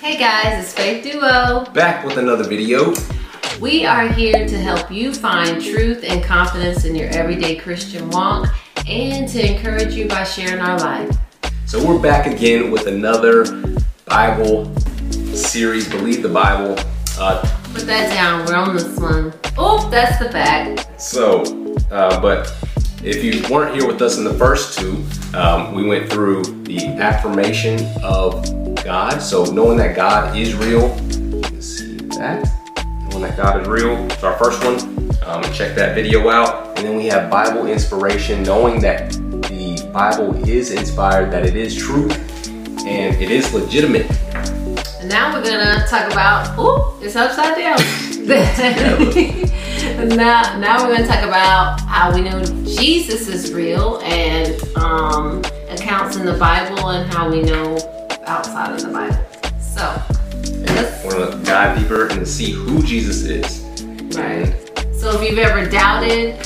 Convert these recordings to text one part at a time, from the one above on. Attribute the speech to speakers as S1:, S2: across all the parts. S1: Hey guys, it's Faith Duo.
S2: Back with another video.
S1: We are here to help you find truth and confidence in your everyday Christian walk and to encourage you by sharing our life.
S2: So we're back again with another Bible series, Believe the Bible. Uh,
S1: Put that down, we're on this one. Oh, that's the back.
S2: so, uh, but if you weren't here with us in the first two, um, we went through the affirmation of God. So knowing that God is real. Let's see that. Knowing that God is real. It's our first one. Um, check that video out. And then we have Bible inspiration, knowing that the Bible is inspired, that it is true, and it is legitimate.
S1: And now we're gonna talk about, oh, it's upside down. now, now we're gonna talk about how we know Jesus is real and um, accounts in the Bible and how we know outside of the Bible. So,
S2: We're gonna dive deeper and see who Jesus is.
S1: Right. So if you've ever doubted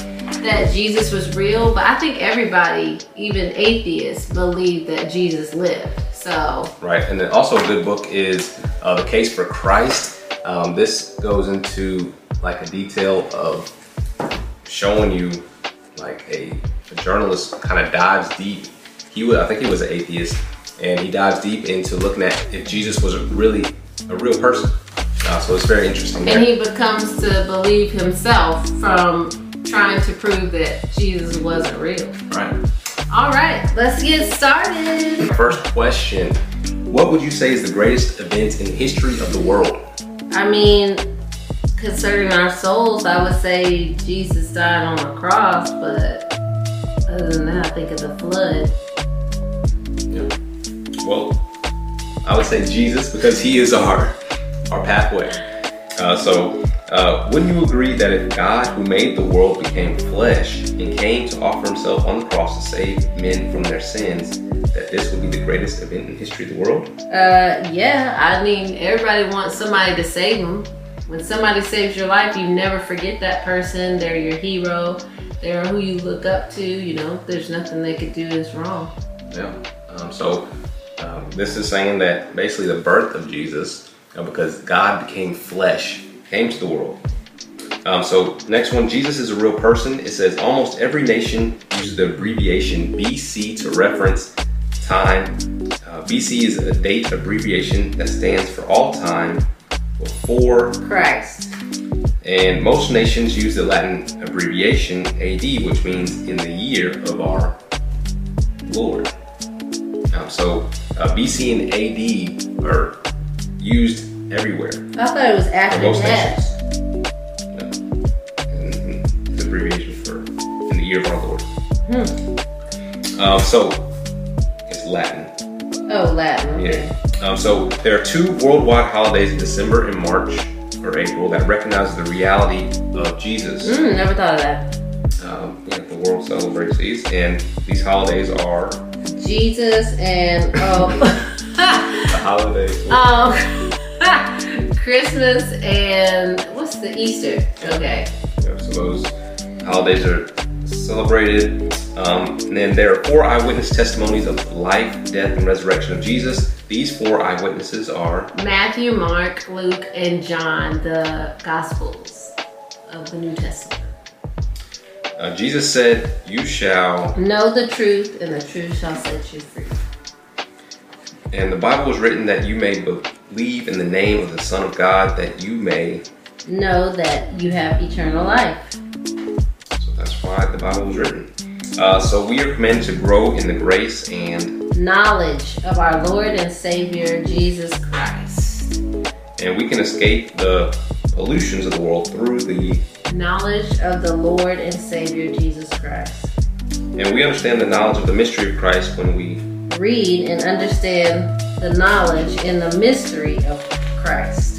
S1: that Jesus was real, but I think everybody, even atheists, believe that Jesus lived. So
S2: Right. And then also a good book is uh, The Case for Christ. Um, this goes into like a detail of showing you like a, a journalist kind of dives deep. He was, I think he was an atheist, and he dives deep into looking at if Jesus was a really a real person. Uh, so it's very interesting. there.
S1: and he becomes to believe himself from trying to prove that Jesus wasn't real.
S2: right.
S1: All right, let's get started.
S2: First question: What would you say is the greatest event in the history of the world?
S1: I mean, concerning our souls, I would say Jesus died on the cross, but other than that, I think of the flood.
S2: Well, I would say Jesus because he is our our pathway. Uh, so, uh, wouldn't you agree that if God, who made the world, became flesh and came to offer himself on the cross to save men from their sins, that this would be the greatest event in history of the world?
S1: Uh, yeah. I mean, everybody wants somebody to save them. When somebody saves your life, you never forget that person. They're your hero. They're who you look up to. You know, there's nothing they could do that's wrong.
S2: Yeah. Um, so, um, this is saying that basically the birth of Jesus, uh, because God became flesh, came to the world. Um, so, next one Jesus is a real person. It says almost every nation uses the abbreviation BC to reference time. Uh, BC is a date abbreviation that stands for all time before
S1: Christ.
S2: and most nations use the Latin abbreviation AD, which means in the year of our Lord. Um, so uh, BC and AD are used everywhere
S1: I thought it was
S2: for
S1: after
S2: most
S1: that.
S2: nations. No. And It's abbreviation for in the year of our Lord. Um, so it's Latin.
S1: Oh, Latin. Okay.
S2: Yeah. Um, so there are two worldwide holidays in December and March or April that recognize the reality of Jesus.
S1: Mm, never thought of that.
S2: Um, yeah, the world celebrates these, and these holidays are the
S1: Jesus and oh,
S2: holidays.
S1: um, Christmas and what's the Easter? Okay.
S2: Yeah, so those holidays are celebrated. Um, and then there are four eyewitness testimonies of life, death, and resurrection of Jesus. These four eyewitnesses are
S1: Matthew, Mark, Luke, and John, the Gospels of the New Testament.
S2: uh, Jesus said, "You shall."
S1: Know the truth, and the truth shall set you free.
S2: And the Bible was written that you may believe in the name of the Son of God, that you may.
S1: Know that you have eternal life.
S2: So that's why the Bible was written. Uh, so we are commanded to grow in the grace and
S1: Knowledge of our Lord and Savior Jesus Christ.
S2: and we can escape the illusions of the world through the
S1: Knowledge of the Lord and Savior Jesus Christ.
S2: and we understand the knowledge of the mystery of Christ when we
S1: Read and understand the knowledge and the mystery of Christ.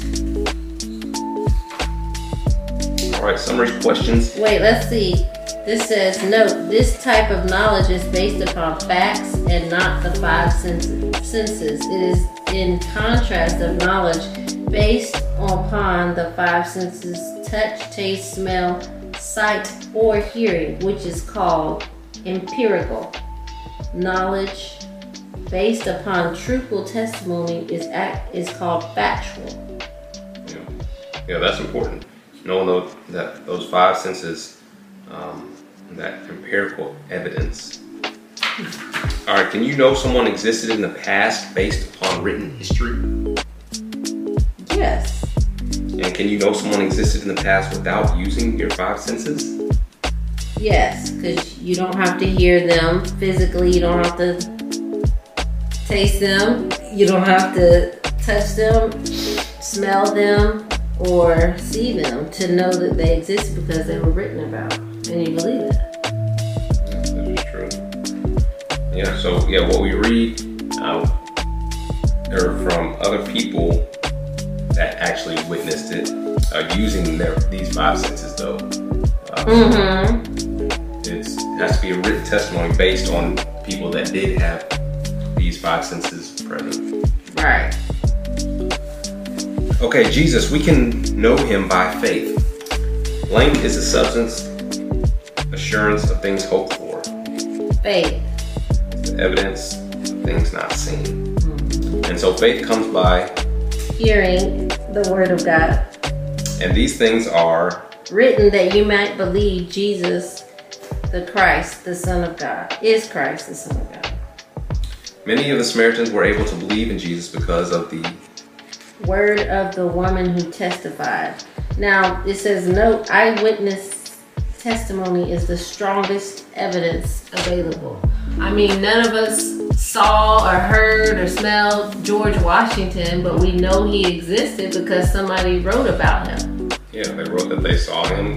S2: all right summary questions
S1: Wait, let's see. This says, note, this type of knowledge is based upon facts and not the five senses. senses. It is in contrast of knowledge based upon the five senses touch, taste, smell, sight, or hearing, which is called empirical knowledge based upon truthful testimony is act is called factual.
S2: Yeah, yeah that's important. Knowing those, that those five senses, um, that empirical evidence. All right, can you know someone existed in the past based upon written history?
S1: Yes.
S2: And can you know someone existed in the past without using your five senses?
S1: Yes, because you don't have to hear them physically. You don't have to taste them. You don't have to touch them, smell them, or see them to know that they exist because they were written about, and you believe it.
S2: That's true. Yeah. So yeah, what we read um, are from other people that actually witnessed it, uh, using their these five senses though. Uh,
S1: Mm-hmm.
S2: it's, it has to be a written testimony based on people that did have these five senses present.
S1: Right.
S2: Okay, Jesus, we can know him by faith. Lane is a substance, assurance of things hoped for,
S1: Faith.
S2: the evidence of things not seen. And so faith comes by,
S1: Hearing the word of God.
S2: and these things are
S1: written that you might believe Jesus, the Christ, the Son of God, is Christ, the Son of God.
S2: many of the Samaritans were able to believe in Jesus because of the
S1: Word of the woman who testified. Now, it says, note eyewitness testimony is the strongest evidence available. I mean, none of us saw or heard or smelled George Washington, but we know he existed because somebody wrote about him.
S2: yeah they wrote that they saw him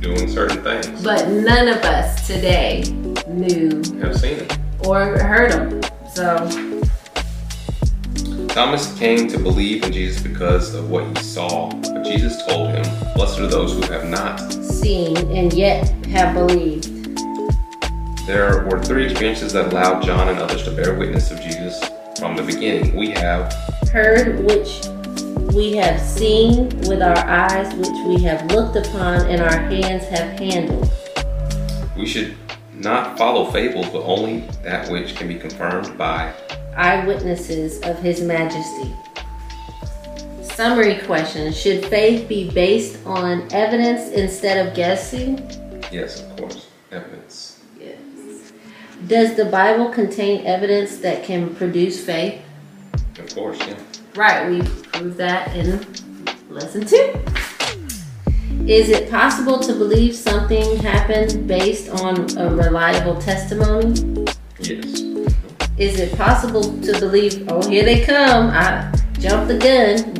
S2: doing certain things.
S1: But none of us today knew
S2: Have seen him.
S1: or heard him. So,
S2: Thomas came to believe in Jesus because of what he saw, but Jesus told him, Blessed are those who have not.
S1: seen and yet have believed.
S2: There were three experiences that allowed John and others to bear witness of Jesus from the beginning. We have,
S1: Heard which we have seen with our eyes, which we have looked upon, and our hands have handled.
S2: we should not follow fables, but only that which can be confirmed by.
S1: Eyewitnesses of His Majesty. Summary question Should faith be based on evidence instead of guessing?
S2: Yes, of course, evidence.
S1: Yes. Does the Bible contain evidence that can produce faith?
S2: Of course, yeah.
S1: Right, we proved that in lesson two. Is it possible to believe something happened based on a reliable testimony?
S2: Yes.
S1: Is it possible to believe, oh, here they come, I jumped the gun?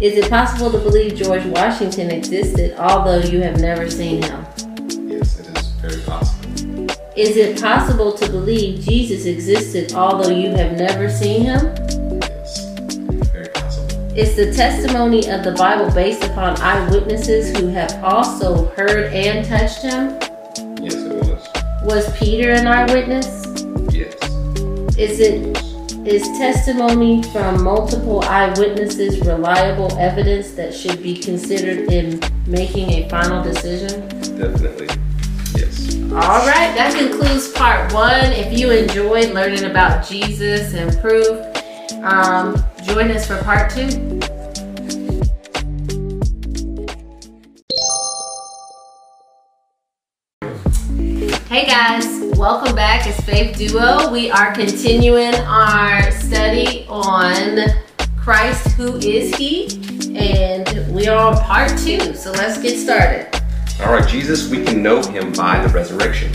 S1: Is it possible to believe George Washington existed although you have never seen him?
S2: Yes, it is very possible.
S1: Is it possible to believe Jesus existed although you have never seen him?
S2: Yes, very possible.
S1: It's the testimony of the Bible based upon eyewitnesses who have also heard and touched him?
S2: Yes, it was.
S1: Was Peter an eyewitness?
S2: Yes.
S1: Is it is testimony from multiple eyewitnesses reliable evidence that should be considered in making a final decision?
S2: Definitely. Yes.
S1: All right, that concludes part one. If you enjoyed learning about Jesus and proof, um, join us for part two. Hey guys, welcome back. It's Faith Duo. We are continuing our study on Christ, who is He? And we are on part two, so let's get started.
S2: All right, Jesus, we can know him by the resurrection.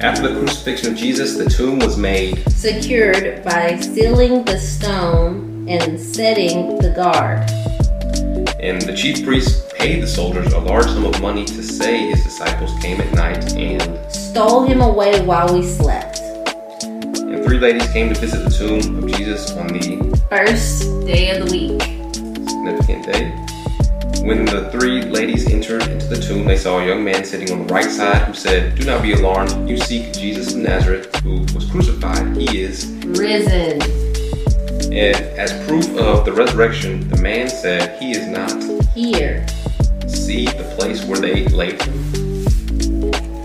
S2: After the crucifixion of Jesus, the tomb was made.
S1: secured by sealing the stone and setting the guard.
S2: And the chief priests paid the soldiers a large sum of money to say his disciples came at night, and,
S1: Stole him away while we slept.
S2: and three ladies came to visit the tomb of Jesus on the
S1: First day of the week.
S2: significant day. When the three ladies entered into the tomb, they saw a young man sitting on the right side who said, Do not be alarmed. You seek Jesus of Nazareth, who was crucified. He is.
S1: Risen.
S2: And as proof of the resurrection, the man said, He is not.
S1: Here.
S2: see the place where they laid him?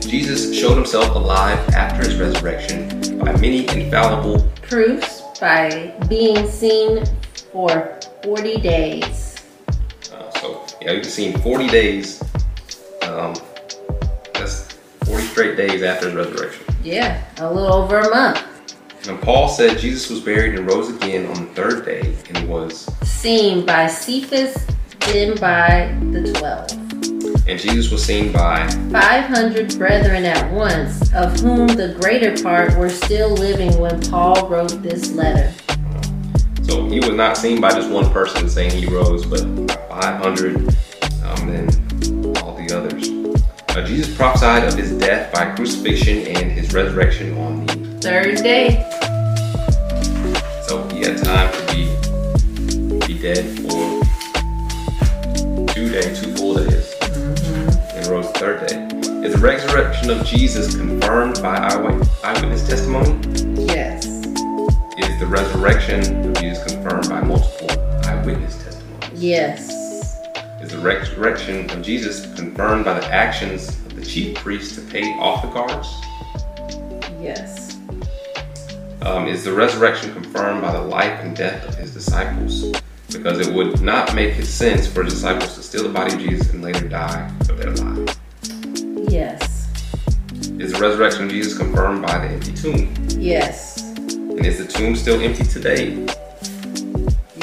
S2: Jesus showed himself alive after his resurrection by many infallible
S1: Proofs by being seen for 40 days.
S2: Uh, so yeah, you can see in 40 days. Um, that's 40 straight days after his resurrection.
S1: Yeah, a little over a month.
S2: And Paul said Jesus was buried and rose again on the third day, and was
S1: Seen by Cephas, then by the 12.
S2: and Jesus was seen by
S1: 500 brethren at once, of whom the greater part were still living when Paul wrote this letter.
S2: So he was not seen by just one person saying he rose, but by 500 um, and all the others. Uh, Jesus prophesied of his death by crucifixion and his resurrection on the.
S1: Third day.
S2: So he had time to be be dead for two days, two full days, and rose the third day. Is the resurrection of Jesus confirmed by eyewit- eyewitness testimony?
S1: Yes.
S2: Is the resurrection of Jesus confirmed by multiple eyewitness testimony?
S1: Yes.
S2: is the resurrection of Jesus confirmed by the actions of the chief priests to pay off the guards?
S1: Yes.
S2: Um, is the resurrection confirmed by the life and death of his disciples? Because it would not make sense for his disciples to steal the body of Jesus and later die of their lives.
S1: Yes.
S2: Is the resurrection of Jesus confirmed by the empty tomb?
S1: Yes.
S2: And is the tomb still empty today?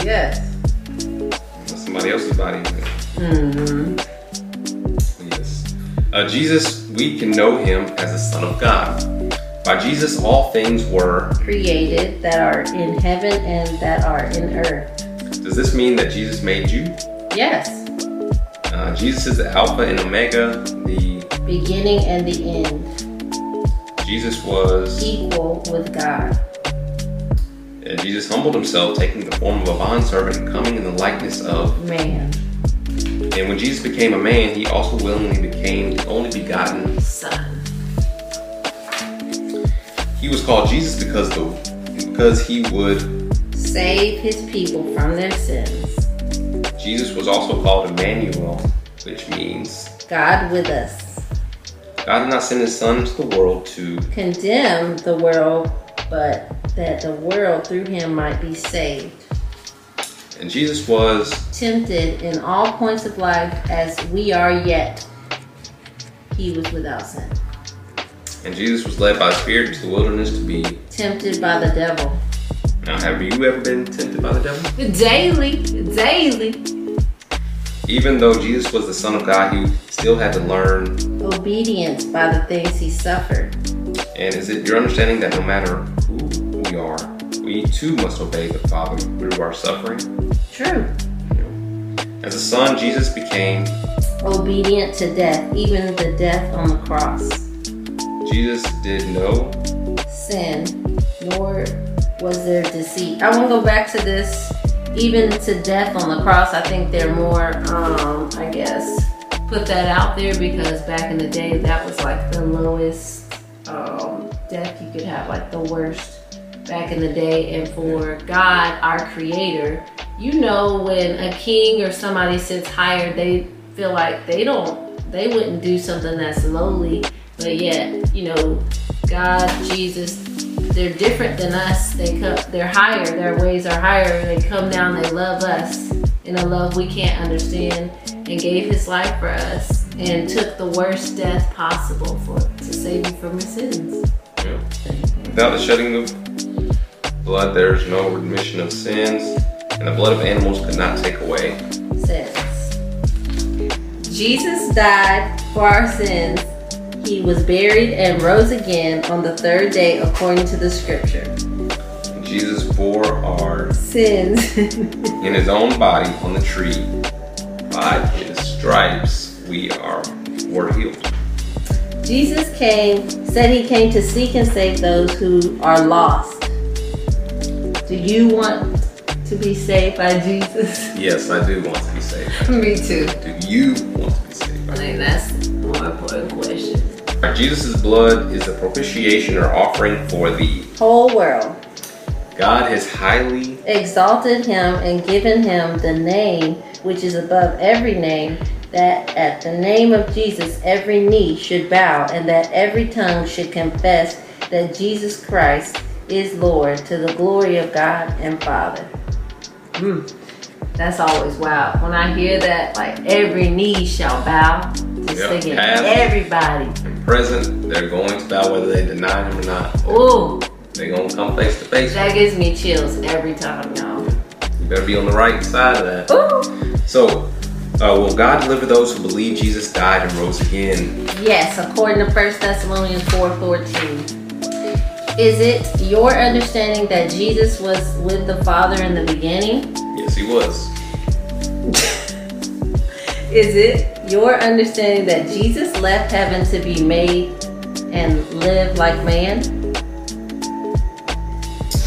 S1: Yes.
S2: Unless somebody else's body is in it.
S1: hmm
S2: Yes. Uh, Jesus, we can know him as the Son of God. By Jesus, all things were
S1: Created that are in heaven and that are in earth.
S2: Does this mean that Jesus made you?
S1: Yes.
S2: Uh, Jesus is the Alpha and Omega. The
S1: Beginning and the end.
S2: Jesus was.
S1: Equal with God.
S2: And Jesus humbled himself, taking the form of a bondservant and coming in the likeness of.
S1: Man.
S2: And when Jesus became a man, he also willingly became the only begotten.
S1: Son.
S2: He was called Jesus because the because he would.
S1: Save his people from their sins.
S2: Jesus was also called Emmanuel, which means
S1: God with us.
S2: God did not send His Son to the world to.
S1: condemn the world, but that the world through him might be saved.
S2: And Jesus was.
S1: Tempted in all points of life as we are yet, he was without sin.
S2: And Jesus was led by the Spirit to the wilderness to be.
S1: Tempted by the devil.
S2: Now, have you ever been tempted by the devil?
S1: Daily, daily.
S2: Even though Jesus was the Son of God, he still had to learn.
S1: Obedience by the things he suffered.
S2: And is it your understanding that no matter who we are, we too must obey the Father through our suffering?
S1: True.
S2: As a son, Jesus became.
S1: Obedient to death, even the death on the cross.
S2: Jesus did no.
S1: Sin, nor was there deceit. I won't go back to this. Even to death on the cross, I think they're more, um, I guess, put that out there because back in the day, that was like the lowest um, death you could have, like the worst back in the day. And for God, our Creator, you know, when a king or somebody sits higher, they feel like they don't, they wouldn't do something that's lowly. But yet, you know, God, Jesus, they're different than us. They come, they're higher. Their ways are higher. They come down. They love us in a love we can't understand, and gave His life for us, and took the worst death possible for to save you from your sins.
S2: Yeah. Without the shedding of blood, there is no remission of sins, and the blood of animals could not take away.
S1: Says Jesus died for our sins. He was buried and rose again on the third day, according to the Scripture.
S2: Jesus bore our
S1: Sins.
S2: in his own body on the tree. By his stripes, we are were healed.
S1: Jesus came, said he came to seek and save those who are lost. Do you want to be saved by Jesus?
S2: Yes, I do want to be saved.
S1: Me too.
S2: Do you want to be saved?
S1: I think that's more important question.
S2: Jesus' blood is the propitiation or offering for thee.
S1: Whole world
S2: God has highly
S1: exalted him and given him the name which is above every name, that at the name of Jesus every knee should bow and that every tongue should confess that Jesus Christ is Lord to the glory of God and Father. Mm. That's always wild. When I hear that, like every knee shall bow to
S2: Yep.
S1: singing.
S2: Past.
S1: Everybody.
S2: In present, they're going to bow whether they deny him or not.
S1: Ooh,
S2: They're going to come face to face.
S1: that gives me chills every time, y'all.
S2: You better be on the right side of that.
S1: Ooh.
S2: So, uh, will God deliver those who believe Jesus died and rose again?
S1: Yes, according to 1 Thessalonians 4:14. Is it your understanding that Jesus was with the Father in the beginning?
S2: Yes, he was.
S1: Is it your understanding that Jesus left heaven to be made and live like man?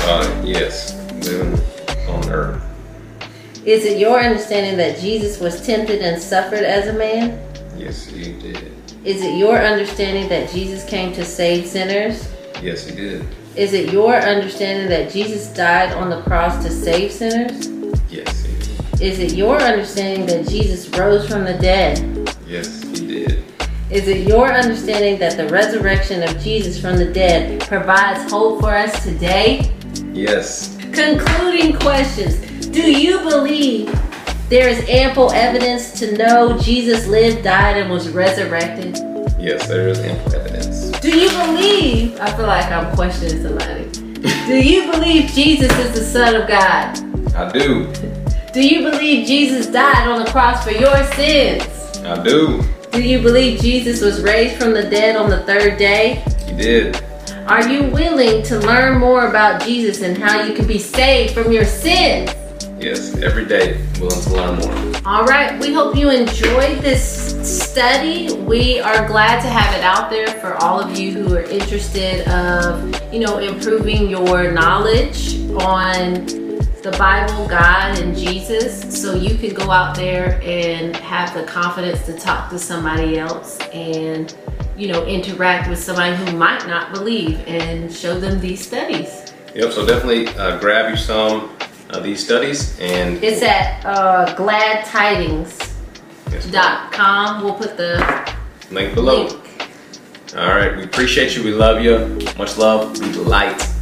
S2: Uh, yes, living on earth.
S1: Is it your understanding that Jesus was tempted and suffered as a man?
S2: Yes, he did.
S1: Is it your understanding that Jesus came to save sinners?
S2: Yes, he did.
S1: Is it your understanding that Jesus died on the cross to save sinners?
S2: Yes, he did.
S1: Is it your understanding that Jesus rose from the dead?
S2: Yes, he did.
S1: Is it your understanding that the resurrection of Jesus from the dead provides hope for us today?
S2: Yes,
S1: Concluding questions Do you believe there is ample evidence to know Jesus lived, died, and was resurrected?
S2: yes, there is ample evidence.
S1: Do you believe? I feel like I'm questioning somebody. Do you believe Jesus is the Son of God?
S2: I do.
S1: Do you believe Jesus died on the cross for your sins?
S2: I do.
S1: Do you believe Jesus was raised from the dead on the third day?
S2: He did.
S1: Are you willing to learn more about Jesus and how you can be saved from your sins?
S2: Yes, every day. Willing to learn more.
S1: All right, we hope you enjoyed this study. We are glad to have it out there for all of you who are interested of, you know, improving your knowledge on the Bible, God, and Jesus so you can go out there and have the confidence to talk to somebody else and, you know, interact with somebody who might not believe and show them these studies.
S2: Yep. So definitely uh, grab you some of these studies and
S1: It's at uh, gladtidings.com.
S2: Yes,
S1: We'll put the
S2: link below.
S1: link.
S2: All right. We appreciate you. We love you. Much love. Be the light.